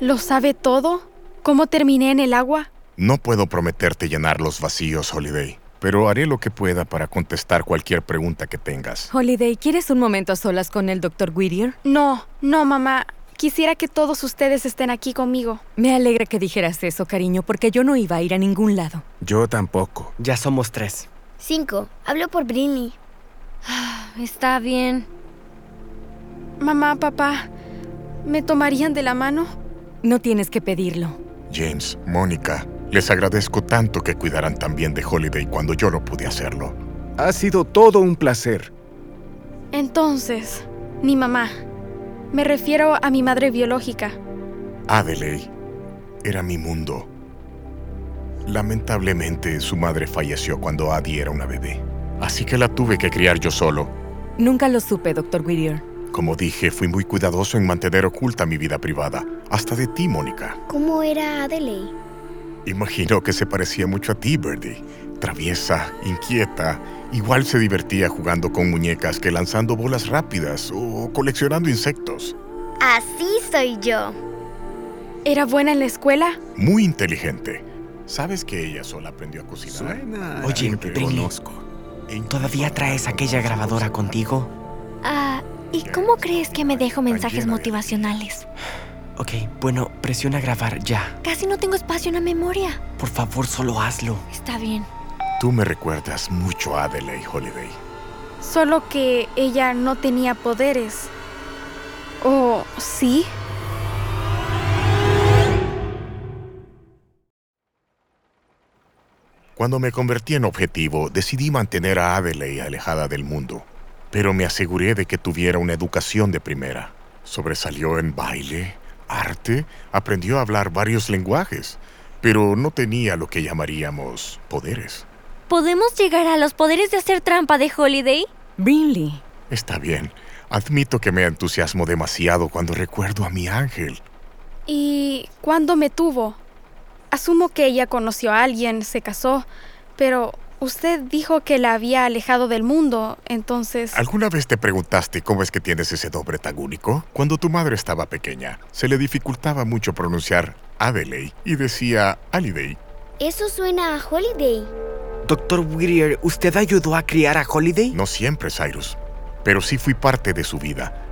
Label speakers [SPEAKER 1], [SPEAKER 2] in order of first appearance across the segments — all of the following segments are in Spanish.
[SPEAKER 1] ¿Lo sabe todo? ¿Cómo terminé en el agua?
[SPEAKER 2] No puedo prometerte llenar los vacíos, Holiday, pero haré lo que pueda para contestar cualquier pregunta que tengas.
[SPEAKER 3] Holiday, ¿quieres un momento a solas con el Dr. Whittier?
[SPEAKER 1] No, no, mamá. Quisiera que todos ustedes estén aquí conmigo.
[SPEAKER 3] Me alegra que dijeras eso, cariño, porque yo no iba a ir a ningún lado.
[SPEAKER 4] Yo tampoco. Ya somos tres.
[SPEAKER 5] Cinco. Hablo por Brini.
[SPEAKER 6] Está bien.
[SPEAKER 1] Ah, Mamá, papá, ¿me tomarían de la mano?
[SPEAKER 3] No tienes que pedirlo.
[SPEAKER 2] James, Mónica, les agradezco tanto que cuidaran también de Holiday cuando yo no pude hacerlo.
[SPEAKER 7] Ha sido todo un placer.
[SPEAKER 1] Entonces, mi mamá. Me refiero a mi madre biológica.
[SPEAKER 2] Adelaide era mi mundo. Lamentablemente, su madre falleció cuando Addie era una bebé. Así que la tuve que criar yo solo.
[SPEAKER 3] Nunca lo supe, Dr. Whittier.
[SPEAKER 2] Como dije, fui muy cuidadoso en mantener oculta mi vida privada, hasta de ti, Mónica.
[SPEAKER 5] ¿Cómo era Adelaide?
[SPEAKER 2] Imagino que se parecía mucho a ti, Birdie. Traviesa, inquieta, igual se divertía jugando con muñecas que lanzando bolas rápidas o coleccionando insectos.
[SPEAKER 5] Así soy yo.
[SPEAKER 1] ¿Era buena en la escuela?
[SPEAKER 2] Muy inteligente. ¿Sabes que ella sola aprendió a cocinar? E
[SPEAKER 4] Suena. Oye, Brini, ¿todavía traes aquella grabadora contigo?
[SPEAKER 6] Ah, ¿y cómo crees que me dejo mensajes motivacionales?
[SPEAKER 4] Ok, bueno, presiona grabar ya.
[SPEAKER 6] Casi no tengo espacio en la memoria.
[SPEAKER 4] Por favor, solo hazlo.
[SPEAKER 6] Está bien.
[SPEAKER 2] Tú me recuerdas mucho a Adelaide Holiday.
[SPEAKER 1] Solo que ella no tenía poderes. ¿O sí?
[SPEAKER 2] Cuando me convertí en objetivo, decidí mantener a Adelaide alejada del mundo, pero me aseguré de que tuviera una educación de primera. Sobresalió en baile, arte, aprendió a hablar varios lenguajes, pero no tenía lo que llamaríamos poderes.
[SPEAKER 6] ¿Podemos llegar a los poderes de hacer trampa de Holiday?
[SPEAKER 3] Brinley.
[SPEAKER 2] Está bien. Admito que me entusiasmo demasiado cuando recuerdo a mi ángel.
[SPEAKER 1] ¿Y cuándo me tuvo? Asumo que ella conoció a alguien, se casó, pero usted dijo que la había alejado del mundo, entonces...
[SPEAKER 2] ¿Alguna vez te preguntaste cómo es que tienes ese nombre tan único? Cuando tu madre estaba pequeña, se le dificultaba mucho pronunciar Adelaide y decía Holiday.
[SPEAKER 5] Eso suena a Holiday.
[SPEAKER 4] Doctor Whittier, ¿usted ayudó a criar a Holiday?
[SPEAKER 2] No siempre, Cyrus, pero sí fui parte de su vida.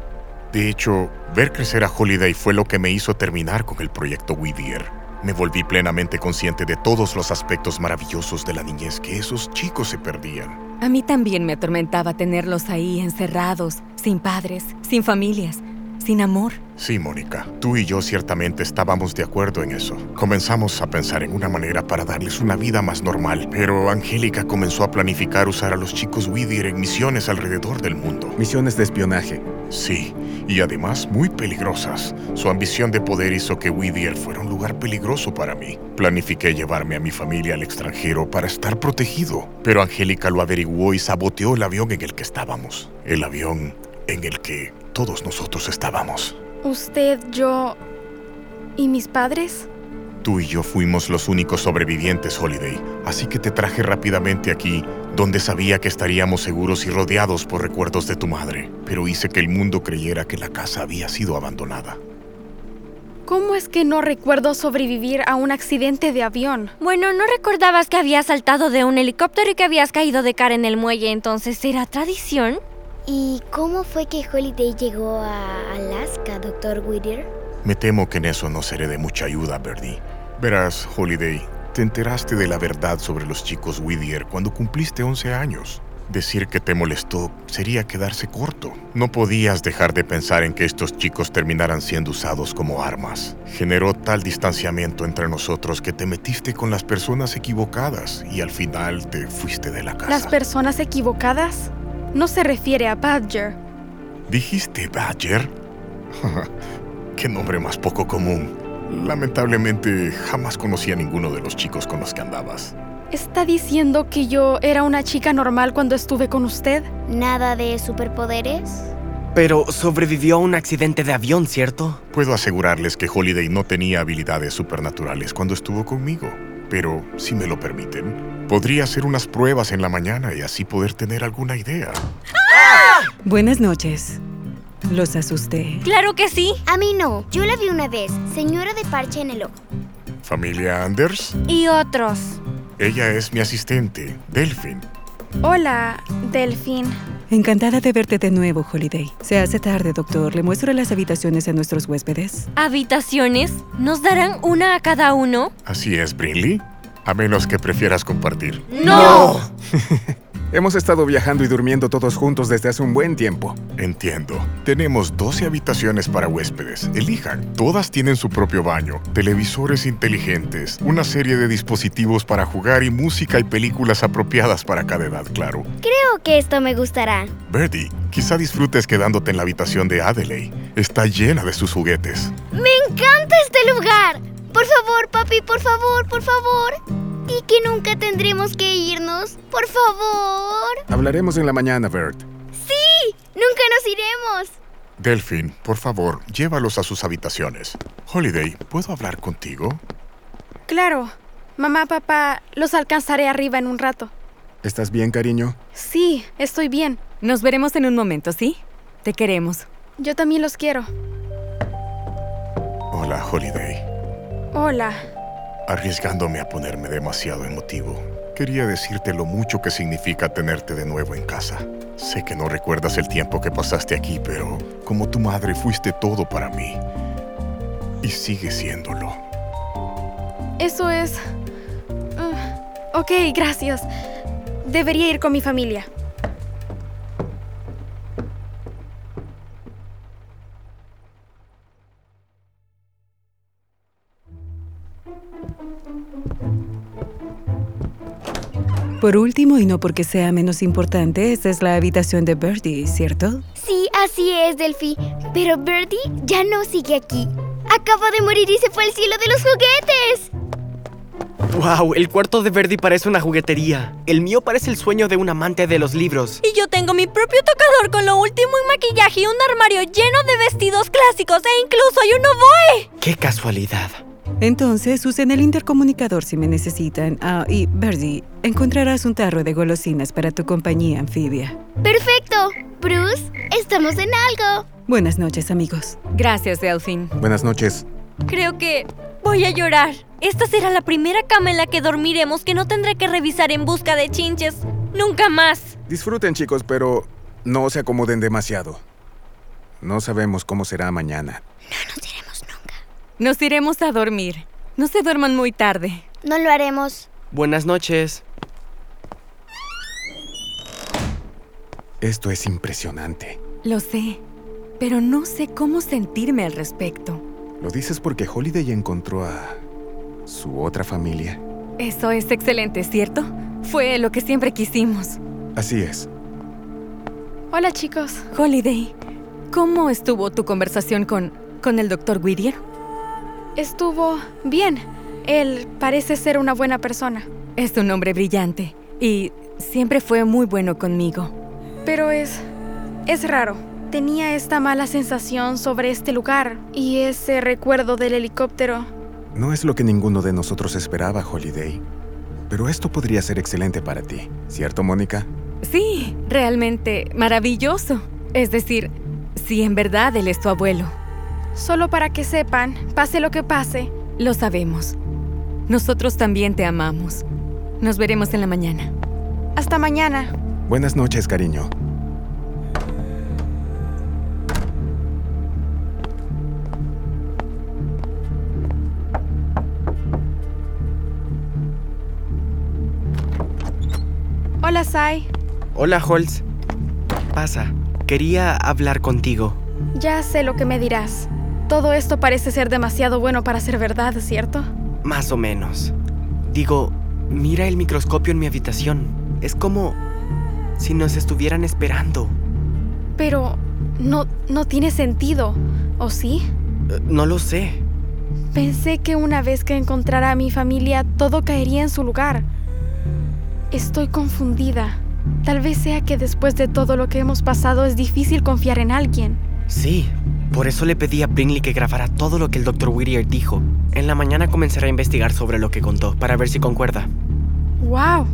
[SPEAKER 2] De hecho, ver crecer a Holiday fue lo que me hizo terminar con el proyecto Whittier. Me volví plenamente consciente de todos los aspectos maravillosos de la niñez que esos chicos se perdían.
[SPEAKER 3] A mí también me atormentaba tenerlos ahí encerrados, sin padres, sin familias, sin amor.
[SPEAKER 2] Sí, Mónica, tú y yo ciertamente estábamos de acuerdo en eso. Comenzamos a pensar en una manera para darles una vida más normal, pero Angélica comenzó a planificar usar a los chicos Whittier en misiones alrededor del mundo.
[SPEAKER 7] Misiones de espionaje.
[SPEAKER 2] Sí, y además muy peligrosas. Su ambición de poder hizo que Whittier fuera un lugar peligroso para mí. Planifiqué llevarme a mi familia al extranjero para estar protegido, pero Angélica lo averiguó y saboteó el avión en el que estábamos. El avión en el que todos nosotros estábamos.
[SPEAKER 1] ¿Usted, yo y mis padres?
[SPEAKER 2] Tú y yo fuimos los únicos sobrevivientes, Holiday, así que te traje rápidamente aquí, donde sabía que estaríamos seguros y rodeados por recuerdos de tu madre, pero hice que el mundo creyera que la casa había sido abandonada.
[SPEAKER 1] ¿Cómo es que no recuerdo sobrevivir a un accidente de avión?
[SPEAKER 6] Bueno, no recordabas que habías saltado de un helicóptero y que habías caído de cara en el muelle, entonces ¿era tradición?
[SPEAKER 5] ¿Y cómo fue que Holiday llegó a Alaska, doctor Whittier?
[SPEAKER 2] Me temo que en eso no seré de mucha ayuda, Birdie. Verás, Holiday, te enteraste de la verdad sobre los chicos Whittier cuando cumpliste 11 años. Decir que te molestó sería quedarse corto. No podías dejar de pensar en que estos chicos terminaran siendo usados como armas. Generó tal distanciamiento entre nosotros que te metiste con las personas equivocadas y al final te fuiste de la casa.
[SPEAKER 1] ¿Las personas equivocadas? no se refiere a Badger.
[SPEAKER 2] ¿Dijiste Badger? Qué nombre más poco común. Lamentablemente, jamás conocí a ninguno de los chicos con los que andabas.
[SPEAKER 1] ¿Está diciendo que yo era una chica normal cuando estuve con usted?
[SPEAKER 5] ¿Nada de superpoderes?
[SPEAKER 4] Pero sobrevivió a un accidente de avión, ¿cierto?
[SPEAKER 2] Puedo asegurarles que Holiday no tenía habilidades supernaturales cuando estuvo conmigo. Pero, si me lo permiten, podría hacer unas pruebas en la mañana y así poder tener alguna idea.
[SPEAKER 3] Buenas noches. Los asusté.
[SPEAKER 6] Claro que sí.
[SPEAKER 5] A mí no. Yo la vi una vez, señora de parche en el ojo.
[SPEAKER 2] Familia Anders,
[SPEAKER 6] Y otros.
[SPEAKER 2] ella es mi asistente, Delfin.
[SPEAKER 1] Hola, Delfín.
[SPEAKER 8] Encantada de verte de nuevo, Holiday. Se hace tarde, doctor. ¿Le muestro las habitaciones a nuestros huéspedes?
[SPEAKER 6] ¿Habitaciones? ¿Nos darán una a cada uno?
[SPEAKER 2] Así es, Brinley. A menos que prefieras compartir.
[SPEAKER 6] ¡No!
[SPEAKER 7] Hemos estado viajando y durmiendo todos juntos desde hace un buen tiempo.
[SPEAKER 2] Entiendo. Tenemos 12 habitaciones para huéspedes. Elijan. Todas tienen su propio baño, televisores inteligentes, una serie de dispositivos para jugar y música y películas apropiadas para cada edad, claro.
[SPEAKER 5] Creo que esto me gustará.
[SPEAKER 2] Bertie, quizá disfrutes quedándote en la habitación de Adelaide. Está llena de sus juguetes.
[SPEAKER 5] ¡Me encanta este lugar! Por favor, papi, por favor, por favor. Y que nunca tendremos que irnos. Por favor.
[SPEAKER 7] Hablaremos en la mañana, Bert.
[SPEAKER 5] Sí, nunca nos iremos.
[SPEAKER 2] Delfin, por favor, llévalos a sus habitaciones. Holiday, ¿puedo hablar contigo?
[SPEAKER 1] Claro. Mamá, papá, los alcanzaré arriba en un rato.
[SPEAKER 7] ¿Estás bien, cariño?
[SPEAKER 1] Sí, estoy bien.
[SPEAKER 3] Nos veremos en un momento, ¿sí? Te queremos.
[SPEAKER 1] Yo también los quiero.
[SPEAKER 2] Hola, Holiday.
[SPEAKER 1] Hola.
[SPEAKER 2] Arriesgándome a ponerme demasiado emotivo, quería decirte lo mucho que significa tenerte de nuevo en casa. Sé que no recuerdas el tiempo que pasaste aquí, pero como tu madre fuiste todo para mí. Y sigue siéndolo.
[SPEAKER 1] Eso es... Ah, ok, gracias. Debería ir con mi familia.
[SPEAKER 8] Por último, y no porque sea menos importante, esta es la habitación de Birdie, ¿cierto?
[SPEAKER 5] Sí, así es, Delphi. Pero Birdie ya no sigue aquí. Acaba de morir y se fue al cielo de los juguetes.
[SPEAKER 4] ¡Wow! El cuarto de Verdi parece una juguetería. El mío parece el sueño de un amante de los libros.
[SPEAKER 6] Y yo tengo mi propio tocador con lo último en maquillaje y un armario lleno de vestidos clásicos e incluso hay un oboe.
[SPEAKER 4] ¡Qué casualidad!
[SPEAKER 8] Entonces, usen el intercomunicador si me necesitan. Ah, y Birdie, encontrarás un tarro de golosinas para tu compañía anfibia.
[SPEAKER 5] Perfecto. Bruce, estamos en algo.
[SPEAKER 8] Buenas noches, amigos.
[SPEAKER 3] Gracias, Delfín.
[SPEAKER 7] Buenas noches.
[SPEAKER 6] Creo que voy a llorar. Esta será la primera cama en la que dormiremos que no tendré que revisar en busca de chinches. Nunca más.
[SPEAKER 7] Disfruten, chicos, pero no se acomoden demasiado. No sabemos cómo será mañana.
[SPEAKER 5] Nos iremos nunca.
[SPEAKER 3] Nos iremos a dormir. No se duerman muy tarde.
[SPEAKER 5] No lo haremos.
[SPEAKER 4] Buenas noches.
[SPEAKER 7] Esto es impresionante.
[SPEAKER 3] Lo sé, pero no sé cómo sentirme al respecto.
[SPEAKER 7] ¿Lo dices porque Holiday encontró a su otra familia?
[SPEAKER 3] Eso es excelente, ¿cierto? Fue lo que siempre quisimos.
[SPEAKER 7] Así es.
[SPEAKER 1] Hola, chicos.
[SPEAKER 3] Holiday, ¿cómo estuvo tu conversación con, con el doctor Whittier?
[SPEAKER 1] Estuvo bien. Él parece ser una buena persona,
[SPEAKER 3] Es un hombre brillante y siempre fue muy bueno conmigo.
[SPEAKER 1] pero es... es raro. Tenía esta mala sensación sobre este lugar y ese recuerdo del helicóptero.
[SPEAKER 7] No es lo que ninguno de nosotros esperaba, Holiday. Pero esto podría ser excelente para ti, ¿cierto, Mónica?
[SPEAKER 3] Sí, realmente maravilloso. Es decir, si en verdad él es tu abuelo.
[SPEAKER 1] Solo para que sepan, pase lo que pase,
[SPEAKER 3] Lo sabemos. Nosotros también te amamos. Nos veremos en la mañana.
[SPEAKER 1] hasta mañana.
[SPEAKER 7] Buenas noches, cariño.
[SPEAKER 1] Hola, Sai.
[SPEAKER 4] Hola, Holtz. Pasa. Quería hablar contigo.
[SPEAKER 1] Ya sé lo que me dirás. Todo esto parece ser demasiado bueno para ser verdad, ¿cierto?
[SPEAKER 4] Más o menos. Digo, mira el microscopio en mi habitación. Es como si nos estuvieran esperando.
[SPEAKER 1] Pero no, no tiene sentido, ¿o sí?
[SPEAKER 4] Eh, No lo sé.
[SPEAKER 1] Pensé que una vez que encontrara a mi familia, todo caería en su lugar. Estoy confundida. Tal vez sea que después de todo lo que hemos pasado es difícil confiar en alguien.
[SPEAKER 4] Sí, por eso le pedí a Brinley que grabara todo lo que el Dr. Whittier dijo. En la mañana comenzaré a investigar sobre lo que contó para ver si concuerda.
[SPEAKER 1] ¡Wow!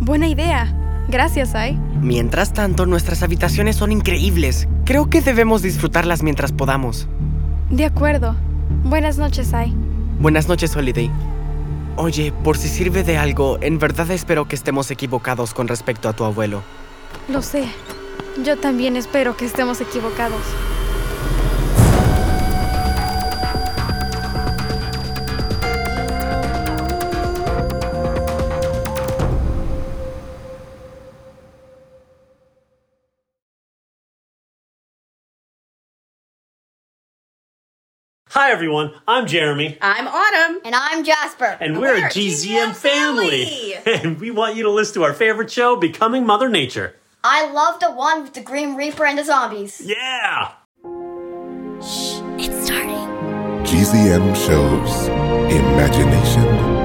[SPEAKER 1] Buena idea. Gracias, Ai.
[SPEAKER 4] Mientras tanto, nuestras habitaciones son increíbles. Creo que debemos disfrutarlas mientras podamos.
[SPEAKER 1] De acuerdo. Buenas noches, Ai.
[SPEAKER 4] Buenas noches, Holiday. Oye, por si sirve de algo, en verdad espero que estemos equivocados con respecto a tu abuelo.
[SPEAKER 1] Lo sé. Yo también espero que estemos equivocados.
[SPEAKER 3] Hi, everyone. I'm Jeremy.
[SPEAKER 9] I'm Autumn.
[SPEAKER 6] And I'm Jasper.
[SPEAKER 3] And we're, a GZM, family. And we want you to listen to our favorite show, Becoming Mother Nature.
[SPEAKER 6] I love the one with the Grim Reaper and the zombies.
[SPEAKER 3] Yeah!
[SPEAKER 6] It's starting.
[SPEAKER 2] GZM shows Imagination